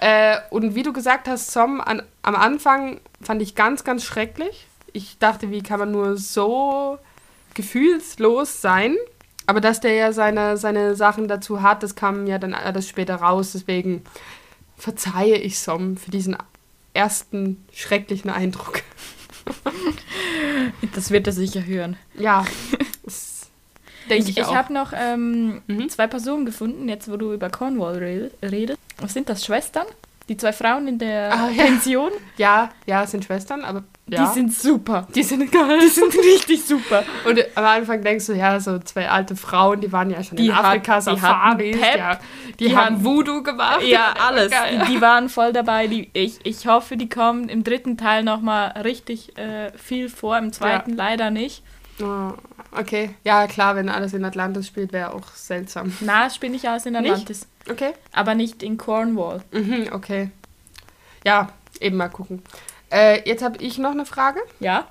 äh, und wie du gesagt hast, Som, an, am Anfang fand ich ganz, ganz schrecklich. Ich dachte, wie kann man nur so gefühlslos sein? Aber dass der ja seine, seine Sachen dazu hat, das kam ja dann alles später raus. Deswegen verzeihe ich Som für diesen ersten schrecklichen Eindruck.
das wird er sicher hören.
Ja, das denke ich,
ich
auch.
habe noch ähm,
Mhm.
zwei Personen gefunden, jetzt wo du über Cornwall re- redest. Was sind das? Schwestern? Die zwei Frauen in der
Ah, ja.
Pension?
Ja, ja, es sind Schwestern, aber ja.
Die sind super.
die sind geil. Die sind
Richtig super.
Und äh, am Anfang denkst du, ja, so zwei alte Frauen, die waren ja schon
Die
in
hat-
Afrika,
die hatten
Safaris,
Pep,
ja, die,
die
haben
haben-
Voodoo gemacht.
Ja, alles.
Geil.
Die, die waren voll dabei. Die, ich, ich hoffe, die kommen im dritten Teil nochmal richtig äh, viel vor, im zweiten leider nicht.
Oh, okay, ja klar, wenn alles in Atlantis spielt, wäre auch seltsam.
Na, es bin ich aus in Atlantis,
Okay,
aber nicht in Cornwall.
mhm, okay. Ja, eben mal gucken. Äh, jetzt habe ich noch eine Frage.
Ja?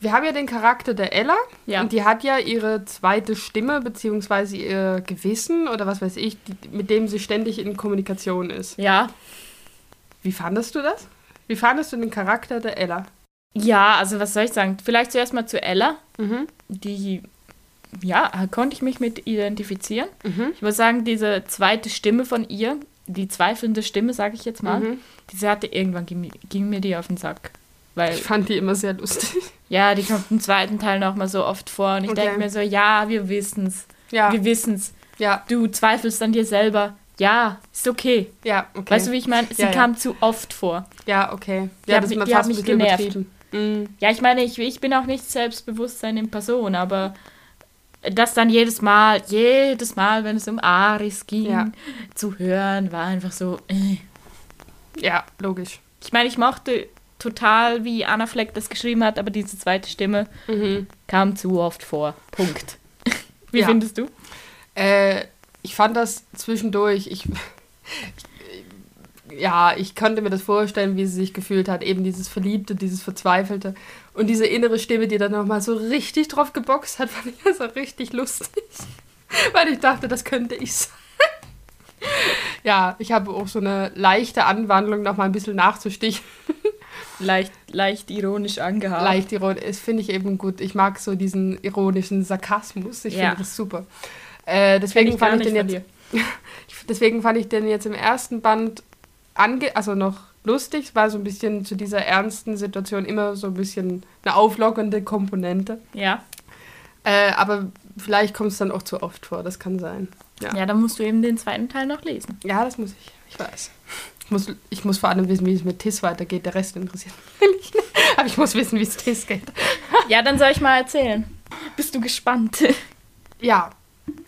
Wir haben ja den Charakter der Ella
Ja.
und die hat ja ihre zweite Stimme beziehungsweise ihr Gewissen oder was weiß ich, die, mit dem sie ständig in Kommunikation ist.
ja.
Wie fandest du das? Wie fandest du den Charakter der Ella?
Ja, also was soll ich sagen? Vielleicht zuerst mal zu Ella.
Mhm.
die, ja, konnte ich mich mit identifizieren.
Mhm.
Ich muss sagen, diese zweite Stimme von ihr, die zweifelnde Stimme, sage ich jetzt mal,
Mhm.
diese hatte irgendwann, ging, mi- ging mir die auf den Sack. Weil,
Ich fand die immer sehr lustig.
ja, die kommt im zweiten Teil nochmal so oft vor und ich
Okay.
denke mir so, ja, wir wissen's,
Ja,
wir wissen's.
ja,
Du zweifelst an dir selber. Ja, ist okay.
ja, okay.
Weißt du, wie ich meine? Sie
Ja, ja.
kam zu oft vor.
ja, okay.
Die
Ja,
hat
das
mi-
ist mir
die hat
fast ein
mich
bisschen
genervt.
übertrieben. Mhm.
Ja, ich meine, ich, ich bin auch nicht Selbstbewusstsein in Person, aber das dann jedes Mal, jedes Mal, wenn es um Aris ging,
Ja.
zu hören, war einfach so. Äh.
Ja, logisch.
Ich meine, ich mochte total, wie Anna Fleck das geschrieben hat, aber diese zweite Stimme
Mhm.
kam zu oft vor. Punkt. Wie
Ja.
findest du?
Äh, ich fand das zwischendurch. Ich, ja, ich konnte mir das vorstellen, wie sie sich gefühlt hat. Eben dieses Verliebte, dieses Verzweifelte. Und diese innere Stimme, die dann nochmal so richtig drauf geboxt hat, fand ich also richtig lustig. Weil ich dachte, das könnte ich sein. Ja, ich habe auch so eine leichte Anwandlung, nochmal ein bisschen nachzustichen.
Leicht, leicht ironisch angehaucht.
Leicht ironisch. Das finde ich eben gut. Ich mag so diesen ironischen Sarkasmus. Ich
Ja.
finde das super. Äh,
Kenn
deswegen
ich gar
fand
nicht
ich den
von
jetzt
dir.
Ich- Deswegen fand ich den jetzt im ersten Band ange also noch lustig. Es war so ein bisschen zu dieser ernsten Situation immer so ein bisschen eine auflockernde Komponente.
Ja.
Äh, aber vielleicht kommt es dann auch zu oft vor, das kann sein. Ja.
ja. dann musst du eben den zweiten Teil noch lesen.
Ja, das muss ich. Ich weiß. Ich muss, ich muss vor allem wissen, wie es mit Tis weitergeht. Der Rest interessiert mich nicht. Aber ich muss wissen, wie es Tis geht.
Ja, dann soll ich mal erzählen. Bist du gespannt?
Ja,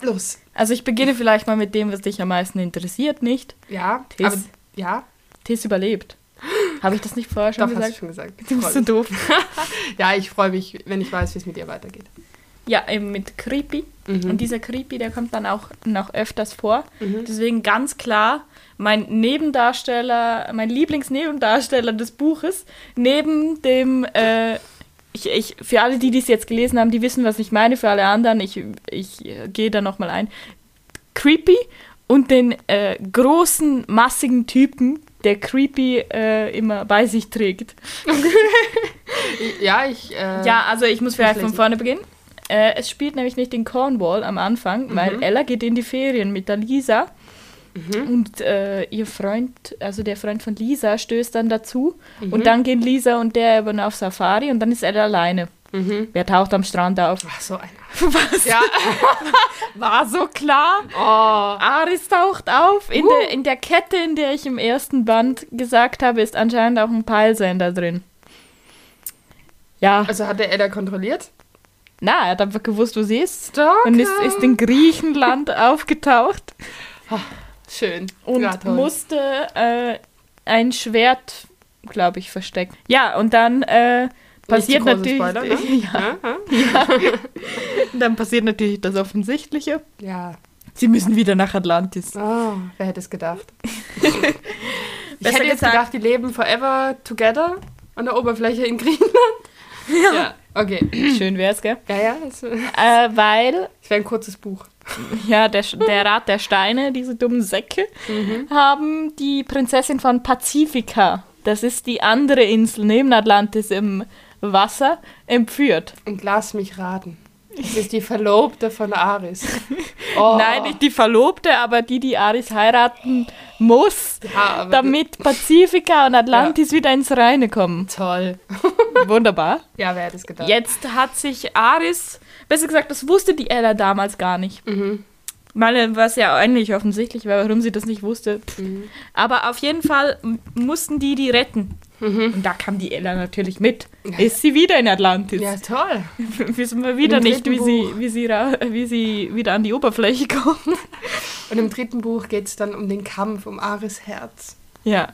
los.
Also ich beginne vielleicht mal mit dem, was dich am meisten interessiert, nicht?
Ja,
Tis.
aber ja,
Tess überlebt. Habe ich das nicht vorher schon
doch hast du
gesagt?
schon gesagt.
Du bist so
Freu
doof.
mich. Ja, ich freue mich, wenn ich weiß, wie es mit ihr weitergeht.
Ja, eben mit Creepy.
Mhm.
Und dieser Creepy, der kommt dann auch noch öfters vor. Deswegen ganz klar, mein Nebendarsteller, mein Lieblingsnebendarsteller des Buches, neben dem, äh, ich, ich, für alle, die dies jetzt gelesen haben, die wissen, was ich meine, für alle anderen, ich, ich äh, gehe da nochmal ein. Creepy und den äh, großen, massigen Typen, der Creepy äh, immer bei sich trägt.
Ja, ich. Äh,
Ja, also ich muss vielleicht von
lesen.
vorne beginnen. Äh, es spielt nämlich nicht in Cornwall am Anfang, weil Ella geht in die Ferien mit der Lisa. Und äh, ihr Freund, also der Freund Mhm. von Lisa, stößt dann dazu. Und dann gehen Lisa und der eben auf Safari und dann ist Ella alleine. Wer taucht am Strand auf?
Ach so, ein
Was?
Ja.
War so klar. Uh.
Oh.
Aris taucht auf. In, der, in der Kette, in der ich im ersten Band gesagt habe, ist anscheinend auch ein Peilsender drin. Ja,
Also hat der Edda kontrolliert?
na, er hat einfach gewusst, wo sie ist.
Stalker.
Und ist, ist in Griechenland aufgetaucht
Schön.
und
ja, toll.
musste äh, ein Schwert, glaube ich, verstecken. Ja, und dann äh, passiert
Nicht
natürlich.
zu große Spoiler,
ja,
ne? ja.
dann passiert natürlich das Offensichtliche.
ja.
Sie müssen wieder nach Atlantis.
Oh, wer hätte es gedacht? ich
Besser
hätte jetzt
gesagt-
gedacht, die leben forever together an der Oberfläche in Griechenland. Ja. Okay.
Schön wär's, gell?
Ja, ja. Das wäre
Äh, weil
ein kurzes Buch.
Ja, der, Sch- der Rat der Steine, diese dummen Säcke,
Mhm.
haben die Prinzessin von Pazifika, das ist die andere Insel neben Atlantis im Wasser, entführt.
Und lass mich raten. Das ist die Verlobte von Aris. Oh.
Nein, nicht die Verlobte, aber die, die Aris heiraten muss,
Ja, aber-
damit Pazifika und Atlantis wieder ins Reine kommen.
Toll.
Wunderbar.
Ja, wer hätte es gedacht?
Jetzt hat sich Aris, besser gesagt, das wusste die Ella damals gar nicht.
Mhm.
Meine, was ja eigentlich offensichtlich war, warum sie das nicht wusste. Pff.
Mhm.
Aber auf jeden Fall m- mussten die die retten.
Mhm.
Und da kam die Ella natürlich mit. Ist sie wieder in Atlantis?
Ja, toll.
Wissen wir wieder
Im
nicht, wie
dritten
sie, wie, sie ra- wie sie wieder an die Oberfläche kommt.
Und im dritten Buch geht es dann um den Kampf um Aris Herz.
Ja,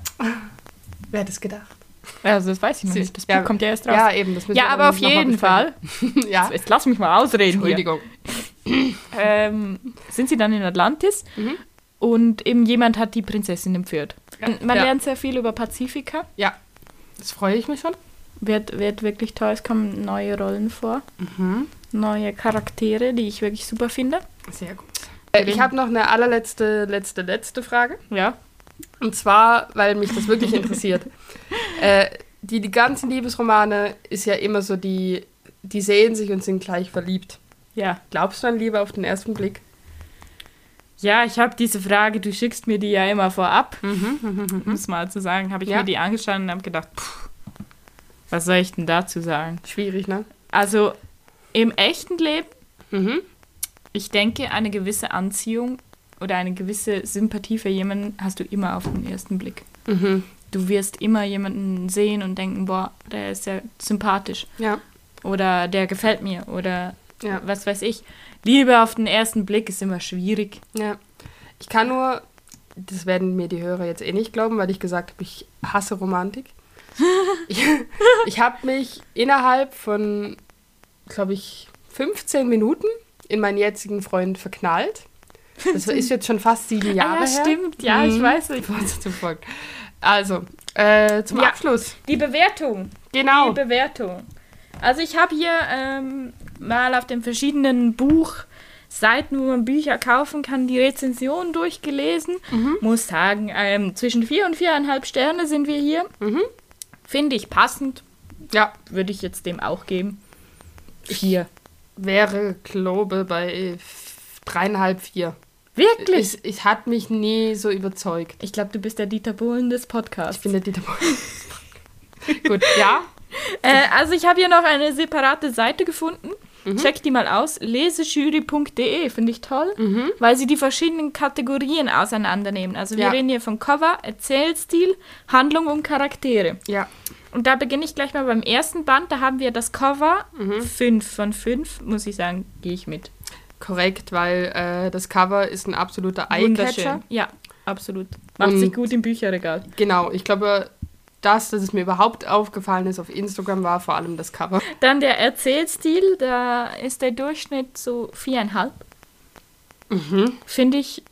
Wer hätte es gedacht?
also das weiß ich noch
Süß.
nicht. Das Buch
Ja.
kommt ja erst raus.
Ja, eben. Das müssen
Ja,
wir
aber auf
noch mal
jeden Fall.
besprechen. ja.
Jetzt lass mich mal ausreden. Hier.
Entschuldigung.
ähm, sind sie dann in Atlantis und eben jemand hat die Prinzessin entführt. Und Man
Ja.
lernt sehr viel über Pazifika.
Ja, das freue ich mich schon.
Wird, wird wirklich toll. Es kommen neue Rollen vor, Mhm. neue Charaktere, die ich wirklich super finde.
Sehr gut. Äh, ich habe noch eine allerletzte, letzte, letzte Frage.
Ja.
Und zwar, weil mich das wirklich interessiert. Äh, die, die ganzen Liebesromane ist ja immer so, die, die sehen sich und sind gleich verliebt.
Ja.
Glaubst du an Liebe auf den ersten Blick?
Ja, ich habe diese Frage, du schickst mir die ja immer vorab. Um es mal zu sagen, habe ich
Ja.
mir die angeschaut und habe gedacht, pff, was soll ich denn dazu sagen?
Schwierig, ne?
Also im echten Leben
Mhm.
Ich denke, eine gewisse Anziehung oder eine gewisse Sympathie für jemanden hast du immer auf den ersten Blick.
Mhm.
Du wirst immer jemanden sehen und denken, boah, der ist ja sympathisch
Ja.
oder der gefällt mir oder
Ja.
was weiß ich. Liebe auf den ersten Blick ist immer schwierig.
ja. Ich kann nur, das werden mir die Hörer jetzt eh nicht glauben, weil ich gesagt habe, ich hasse Romantik. ich ich habe mich innerhalb von, glaube ich, 15 Minuten in meinen jetzigen Freund verknallt. Das ist jetzt schon fast sieben Jahre
ah, ja,
her.
stimmt. Ja, ich
Mhm.
weiß nicht.
Bevor es dazu folgt. Also, äh, zum
Ja.
Abschluss.
Die Bewertung.
Genau.
Die Bewertung. Also ich habe hier ähm, mal auf den verschiedenen Buchseiten, wo man Bücher kaufen kann, die Rezensionen durchgelesen. Muss sagen, ähm, zwischen vier und viereinhalb Sterne sind wir hier. Finde ich passend.
Ja,
Würde ich jetzt dem auch geben. Vier.
wäre, glaube bei f- dreieinhalb, vier.
Wirklich?
Ich, ich hat mich nie so überzeugt.
Ich glaube, du bist der Dieter Bohlen des
Ich
Podcasts.
bin der Dieter Bohlen. Gut, ja.
Äh, also ich habe hier noch eine separate Seite gefunden.
Mhm.
Check die mal aus. Lesejury.de E, finde ich toll, weil sie die verschiedenen Kategorien auseinandernehmen. Also wir
Mhm. Ja.
reden hier von Cover, Erzählstil, Handlung und Charaktere.
Ja.
Und da beginne ich gleich mal beim ersten Band. Da haben wir das Cover.
Mhm.
fünf von fünf muss ich sagen, gehe ich mit.
Korrekt, weil äh, das Cover ist ein absoluter Eyecatcher.
Ja, absolut. Macht
Und-
sich gut im Bücherregal.
Genau, ich glaube, das, dass es mir überhaupt aufgefallen ist auf Instagram, war vor allem das Cover.
Dann der Erzählstil, da ist der Durchschnitt so viereinhalb.
Mhm.
Finde ich,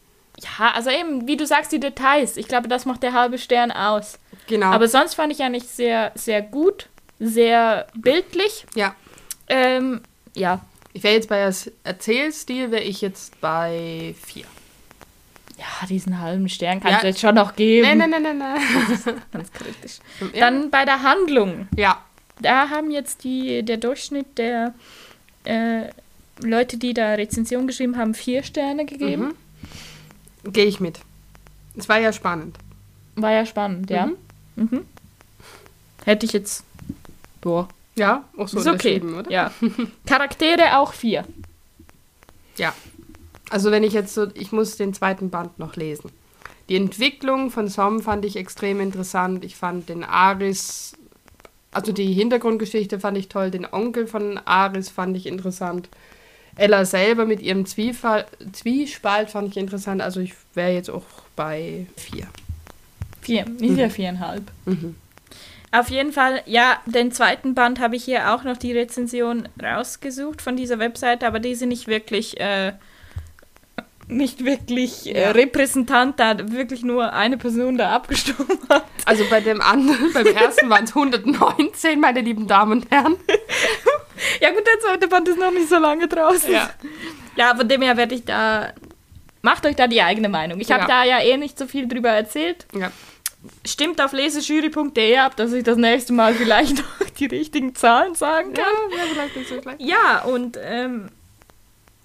ja, also eben, wie du sagst, die Details. Ich glaube, das macht der halbe Stern aus.
Genau.
Aber sonst fand ich eigentlich sehr, sehr gut, sehr bildlich.
ja.
Ähm, ja,
Ich wäre jetzt bei das Erzählstil, wäre ich jetzt bei vier.
Mhm. ja, diesen halben Stern kann
Ja.
es jetzt schon noch geben.
Nein, nein, nein, nein, nein.
Ganz kritisch.
Ja.
Dann bei der Handlung.
Ja.
Da haben jetzt die, der Durchschnitt der äh, Leute, die da Rezension geschrieben haben, vier Sterne gegeben.
Mhm. Gehe ich mit. Es war ja spannend.
Mhm. War ja spannend, ja. Mhm. Hätte ich jetzt. Boah.
Ja, auch so
ist okay.
unterschrieben, oder?
Ja. Charaktere auch vier.
Ja. Also wenn ich jetzt so, ich muss den zweiten Band noch lesen. Die Entwicklung von Som fand ich extrem interessant. Ich fand den Aris, also die Hintergrundgeschichte fand ich toll. Den Onkel von Aris fand ich interessant. Ella selber mit ihrem Zwiefall, Zwiespalt fand ich interessant. Also ich wäre jetzt auch bei vier.
Vier, nicht ja viereinhalb. Auf jeden Fall, ja, den zweiten Band habe ich hier auch noch die Rezension rausgesucht von dieser Webseite, aber die sind nicht wirklich, äh, nicht wirklich äh,
Ja.
repräsentant, da wirklich nur eine Person da abgestimmt hat.
Also bei dem anderen, beim ersten waren es 119, meine lieben Damen und Herren.
Ja gut, der zweite Band ist noch nicht so lange draußen.
Ja.
Ja, von dem her werde ich da, macht euch da die eigene Meinung. Ich habe
Ja.
da ja eh nicht so viel drüber erzählt.
Ja.
stimmt auf lesejury.de ab, dass ich das nächste Mal vielleicht noch die richtigen Zahlen sagen
Ja,
kann.
ja, vielleicht nicht so gleich.
Ja, und ähm,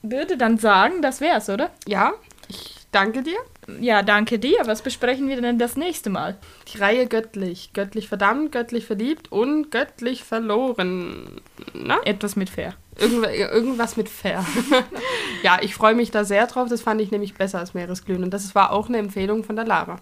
würde dann sagen, das wär's, oder?
Ja, ich danke dir.
Ja, danke dir. Was besprechen wir denn das nächste Mal?
Die Reihe göttlich. Göttlich verdammt, göttlich verliebt und göttlich verloren. Na?
Etwas mit fair.
Irgendw irgendwas mit fair. ja, ich freue mich da sehr drauf. Das fand ich nämlich besser als Meeresglühen. Und das war auch eine Empfehlung von der Lara.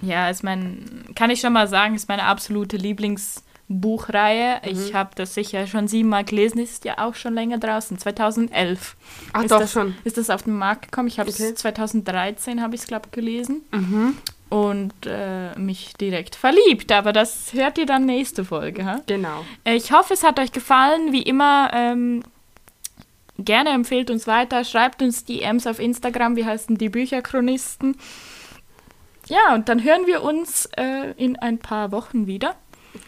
Ja, ist mein, kann ich schon mal sagen, ist meine absolute Lieblingsbuchreihe. Ich habe das sicher schon siebenmal gelesen, ist ja auch schon länger draußen, 2011.
Ach
ist
doch
das,
schon.
Ist das auf den Markt gekommen? Ich habe es
Okay.
2013 habe ich es glaube gelesen und äh, mich direkt verliebt. Aber das hört ihr dann nächste Folge. Ha?
Genau.
Äh, Ich hoffe, es hat euch gefallen. Wie immer ähm, gerne empfehlt uns weiter, schreibt uns DMs auf Instagram. Wie heißen die Bücherchronisten? Ja, und dann hören wir uns äh, in ein paar Wochen wieder.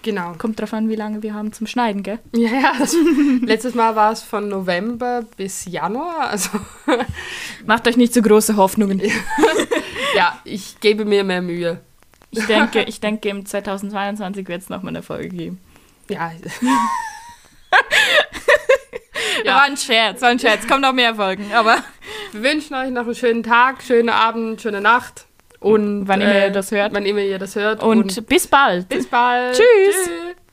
Genau.
Kommt drauf an, wie lange wir haben zum Schneiden, gell?
Ja, ja. Das, letztes Mal war es von November bis Januar. Also
Macht euch nicht so große Hoffnungen.
ja, ich gebe mir mehr Mühe.
Ich denke, ich denke im 2022 wird es nochmal eine Folge geben.
Ja,
Ja. War ein Scherz, war ein Scherz. Kommen noch mehr Folgen, aber
wir wünschen euch noch einen schönen Tag, schönen Abend, schöne Nacht. Und
Wann immer ihr das hört.
Wann immer ihr das hört.
und bis bald.
bis bald.
Tschüss.
Tschüss.